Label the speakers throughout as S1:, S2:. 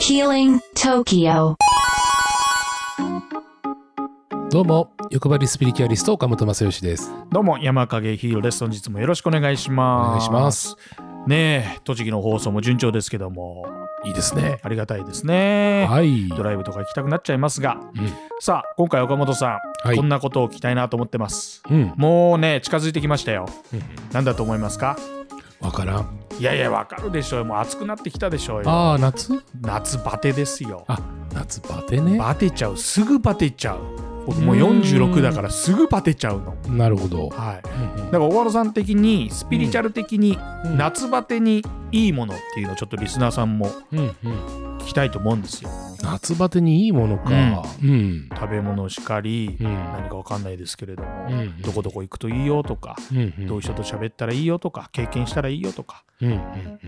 S1: Healing Tokyo.
S2: どうも欲張りスピリチュアリスト岡本正義です
S3: どうも山影ヒーローです。本日もよろしくお願いします。
S2: お願いします。
S3: ねえ、栃木の放送も順調ですけども、
S2: いいですね
S3: ありがたいですね。
S2: はい
S3: ドライブとか行きたくなっちゃいますが、
S2: うん
S3: さあ今回岡本さん、
S2: はい
S3: こんなことを聞きたいなと思ってます。
S2: うんうん
S3: もうね近づいてきましたよ。
S2: うん
S3: なんだと思いますか？
S2: わからん
S3: いやいやわかるでしょうよ。もう暑くなってきたでしょうよ。
S2: ああ夏
S3: 夏バテですよ。
S2: あ夏バテね
S3: バテちゃう。すぐバテちゃう。僕もう
S2: うーん
S3: 46だからすぐバテちゃうの。
S2: なるほど
S3: はい。
S2: うんうん
S3: だから小原さん的にスピリチュアル的に
S2: うん
S3: 夏バテにいいものっていうのをちょっとリスナーさんも
S2: うんうん
S3: 聞きたいと思うんですよ。
S2: 夏バテにいいものかうん
S3: 食べ物しかり、
S2: うん
S3: 何かわかんないですけれども、
S2: うん
S3: どこどこ行くといいよとか、
S2: うんうん
S3: どういう人と喋ったらいいよとか経験したらいいよとか。
S2: うんうんうん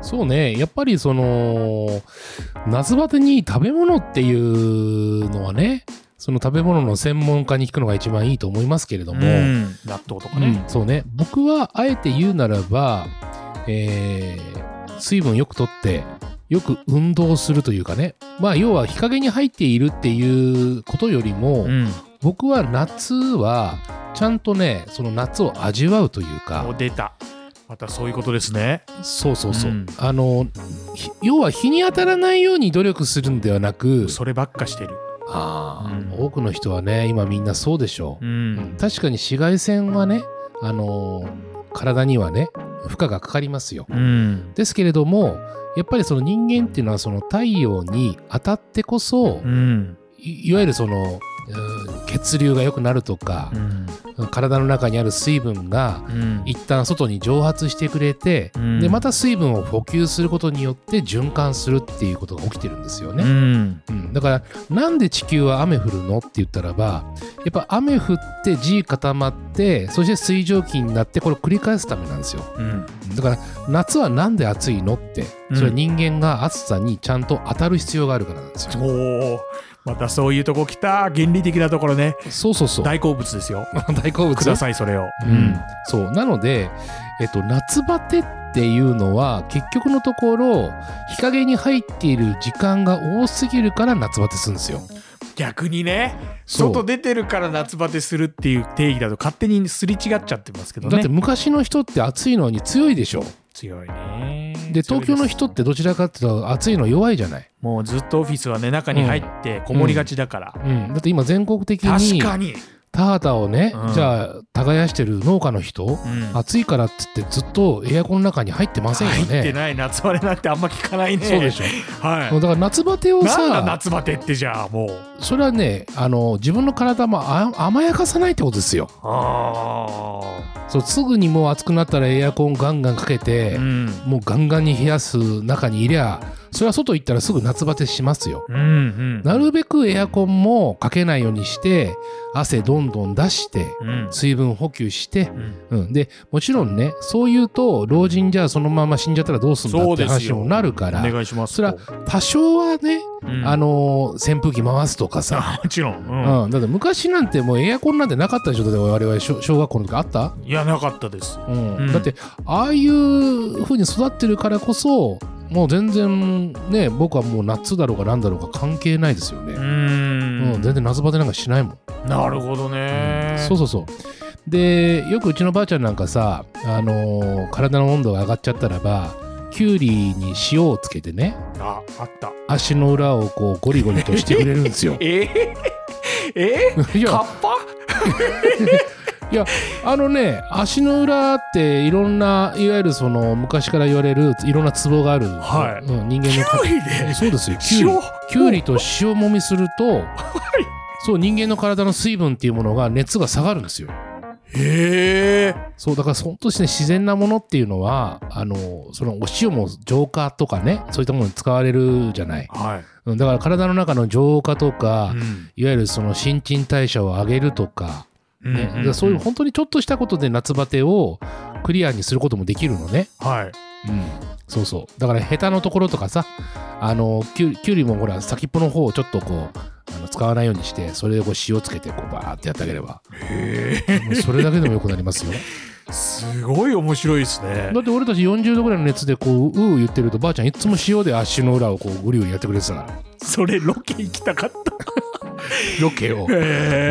S2: そうねやっぱりその夏バテに食べ物っていうのはねその食べ物の専門家に聞くのが一番いいと思いますけれども、
S3: うん納豆とかね。
S2: そうね僕はあえて言うならば、えー水分よくとってよく運動するというかねまあ要は日陰に入っているっていうことよりも、
S3: うん
S2: 僕は夏はちゃんとねその夏を味わうという
S3: も
S2: か
S3: う出た。またそういうことですね。
S2: そうそうそう、
S3: うん
S2: あのひ要は日に当たらないように努力するんではなく
S3: そればっかしてる。
S2: あー
S3: うん
S2: 多くの人はね今みんなそうでしょうう
S3: う、
S2: ん
S3: ん。
S2: 確かに紫外線はね、あのー体にはね負荷がかかりますよ。
S3: うん。
S2: ですけれどもやっぱりその人間っていうのはその太陽に当たってこそ
S3: うん。
S2: いいわゆるそのうん血流が良くなるとか
S3: う、ん。
S2: 体の中にある水分が
S3: うん
S2: 一旦外に蒸発してくれて、
S3: うん
S2: でまた水分を補給することによって循環するっていうことが起きてるんですよね。
S3: うん。
S2: うん、だからなんで地球は雨降るのって言ったらばやっぱ雨降って地固まってそして水蒸気になってこれを繰り返すためなんですよ
S3: うん。
S2: だから夏はなんで暑いのってそれは人間が暑さにちゃんと当たる必要があるからなんですよ、
S3: おお。またそういうとこ来た。原理的なところね。
S2: そうそうそう
S3: 大好物ですよ。
S2: 大好物
S3: くださいそれを。
S2: うん、そうなので、えっと、夏バテっていうのは結局のところ日陰に入っている時間が多すぎるから夏バテするんですよ
S3: 逆にね
S2: そう
S3: 外出てるから夏バテするっていう定義だと勝手にすり違っちゃってますけど
S2: だって
S3: ね
S2: 昔の人って暑いのに強いでしょ
S3: 強いね
S2: で
S3: 強い
S2: 東京の人ってどちらかっていうと暑いの弱いじゃない、
S3: もうずっとオフィスはね中に入ってこもりがちだから、
S2: うん、だって今全国的
S3: 確
S2: に
S3: かに、
S2: 田畑をね、
S3: うん
S2: じゃあ耕してる農家の人
S3: うん
S2: 暑いからっつってずっとエアコンの中に入ってませんよね
S3: 入ってない夏バテなんてあんま聞かないね
S2: そうでしょ、
S3: は
S2: もう
S3: い
S2: だから夏バテを
S3: なんだ
S2: さ
S3: 夏バテってじゃあもう
S2: それはねあの自分の体もあ甘やかさないってことですよ
S3: あ
S2: そうすぐにもう暑くなったらエアコンガンガンかけ
S3: あ
S2: て
S3: う、ん
S2: もうガンガンに冷やす中にいりゃそれは外行ったらすぐ夏バテしますよ
S3: うんうん
S2: なるべくエアコンもかけないようにして汗どんどん出して
S3: うん
S2: 水分補給して、
S3: うん
S2: うん、でもちろんねそう言うと老人じゃあそのまま死んじゃったらどうすんだ
S3: そ
S2: っ
S3: う
S2: て
S3: です
S2: 話
S3: よ
S2: もなるから
S3: お願いします
S2: それは多少はね、
S3: うん
S2: あのー扇風機回すとかさ、
S3: あもちろん、
S2: う
S3: うん
S2: んだって昔なんてもうエアコンなんてなかったでしょで我々小小学校の時あった、
S3: いやなかったです
S2: うん
S3: うん
S2: だってああいう風に育ってるからこそもう全然ね僕はもう夏だろうが何だろうが関係ないですよね。
S3: うん
S2: うん、全然夏バテなんかしないもん、
S3: なるほどね、
S2: そうそうそうでよくうちのばあちゃんなんかさ、あのー体の温度が上がっちゃったらばきゅうりに塩をつけてね
S3: ああった。
S2: 足の裏をこうゴリゴリとしてくれるんですよ
S3: ええ
S2: い
S3: ええカ
S2: や
S3: ッパ
S2: いやあのね足の裏っていろんないわゆるその昔から言われるいろんなツボがある、
S3: はい
S2: うん、人間の
S3: キュウリで
S2: そうですよきゅうり
S3: 塩
S2: きゅうりと塩もみするとそう人間の体の水分っていうものが熱が下がるんですよ。
S3: へえ
S2: そうだから本当にね自然なものっていうのはあのそのお塩も浄化とかねそういったものに使われるじゃない
S3: はい、
S2: うんだから体の中の浄化とか、
S3: ん
S2: いわゆるその新陳代謝を上げるとか,、
S3: う
S2: ね
S3: ん
S2: だからそういう本当にちょっとしたことで夏バテをクリアにすることもできるのね、
S3: はい
S2: うん、そうそうだからヘタのところとかさあのきゅうきゅうりもほら先っぽの方をちょっとこうあの使わないようにしてそれでこう塩つけてこうバーってやってあげれば
S3: へえ
S2: もうそれだけでもよくなりますよ
S3: すごい面白いですね
S2: だって俺たち40度ぐらいの熱でこううう言ってるとばあちゃんいつも塩で足の裏をこうグリグリやってくれてたから
S3: それロケ行きたかった
S2: ロケを
S3: え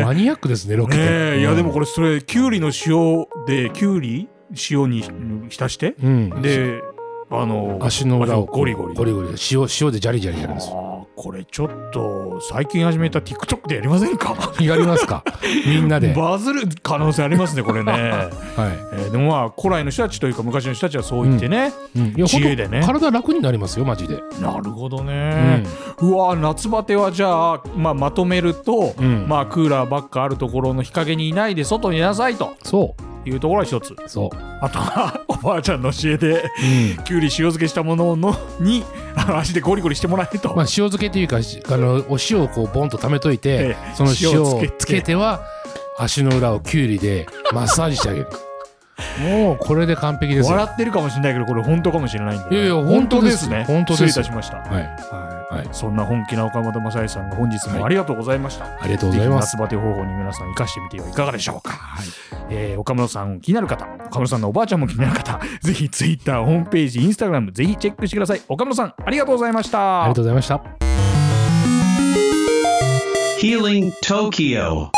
S2: マニアックですねロケ
S3: ねえいやでもこ
S2: れ
S3: れそれきゅうりの塩できゅうり塩に浸して
S2: うん
S3: であの
S2: 足の裏をこう
S3: ゴリゴリ
S2: ゴリゴリ塩塩でジャリジャリやるんですよ
S3: あーこれちょっと最近始めた TikTok でやりませんか
S2: やり ますかみんなで、
S3: バズる可能性ありますねこれね、
S2: は
S3: えーでもまあ古来の人たちというか昔の人たちはそう言ってね、
S2: いうん、いや
S3: 自
S2: ほん
S3: 由
S2: と
S3: でね
S2: 体楽になりますよマジで、
S3: なるほど
S2: う
S3: ね
S2: ん、
S3: うわー夏バテはじゃあ、まあ、まとめると、
S2: うん
S3: まあ、クーラーばっかあるところの日陰にいないで外にいなさいと
S2: そ
S3: いうところは一つ
S2: うそう、
S3: あとはおばあちゃんの教えで
S2: うん
S3: きゅうり塩漬けしたもののにあの足でゴリゴリしてもらえると、
S2: まあ、塩漬けというかしあのお塩をこうボンと溜めといて、
S3: ええ
S2: その塩
S3: 塩をつ
S2: を
S3: けて
S2: つけては足の裏をきゅうりでマッサージしてあげ るもうこれで完璧ですよ
S3: 笑ってるかもしれないけどこれ本当かもしれないんで、
S2: いやいや本当ですよ本当ですよ
S3: 失礼いたしました
S2: はい、はい、
S3: そんな本気な岡本正恵さんが本日もありがとうございました。
S2: ありがとうございます
S3: ぜひ夏バテ方法に皆さん生かしてみてはいかがでしょうか。えー岡村さん気になる方、岡村さんのおばあちゃんも気になる方、ぜひツイッター、ホームページ、インスタグラム、ぜひチェックしてください。岡村さん、ありがとうございました。
S2: ありがとうございました
S4: Healing Tokyo.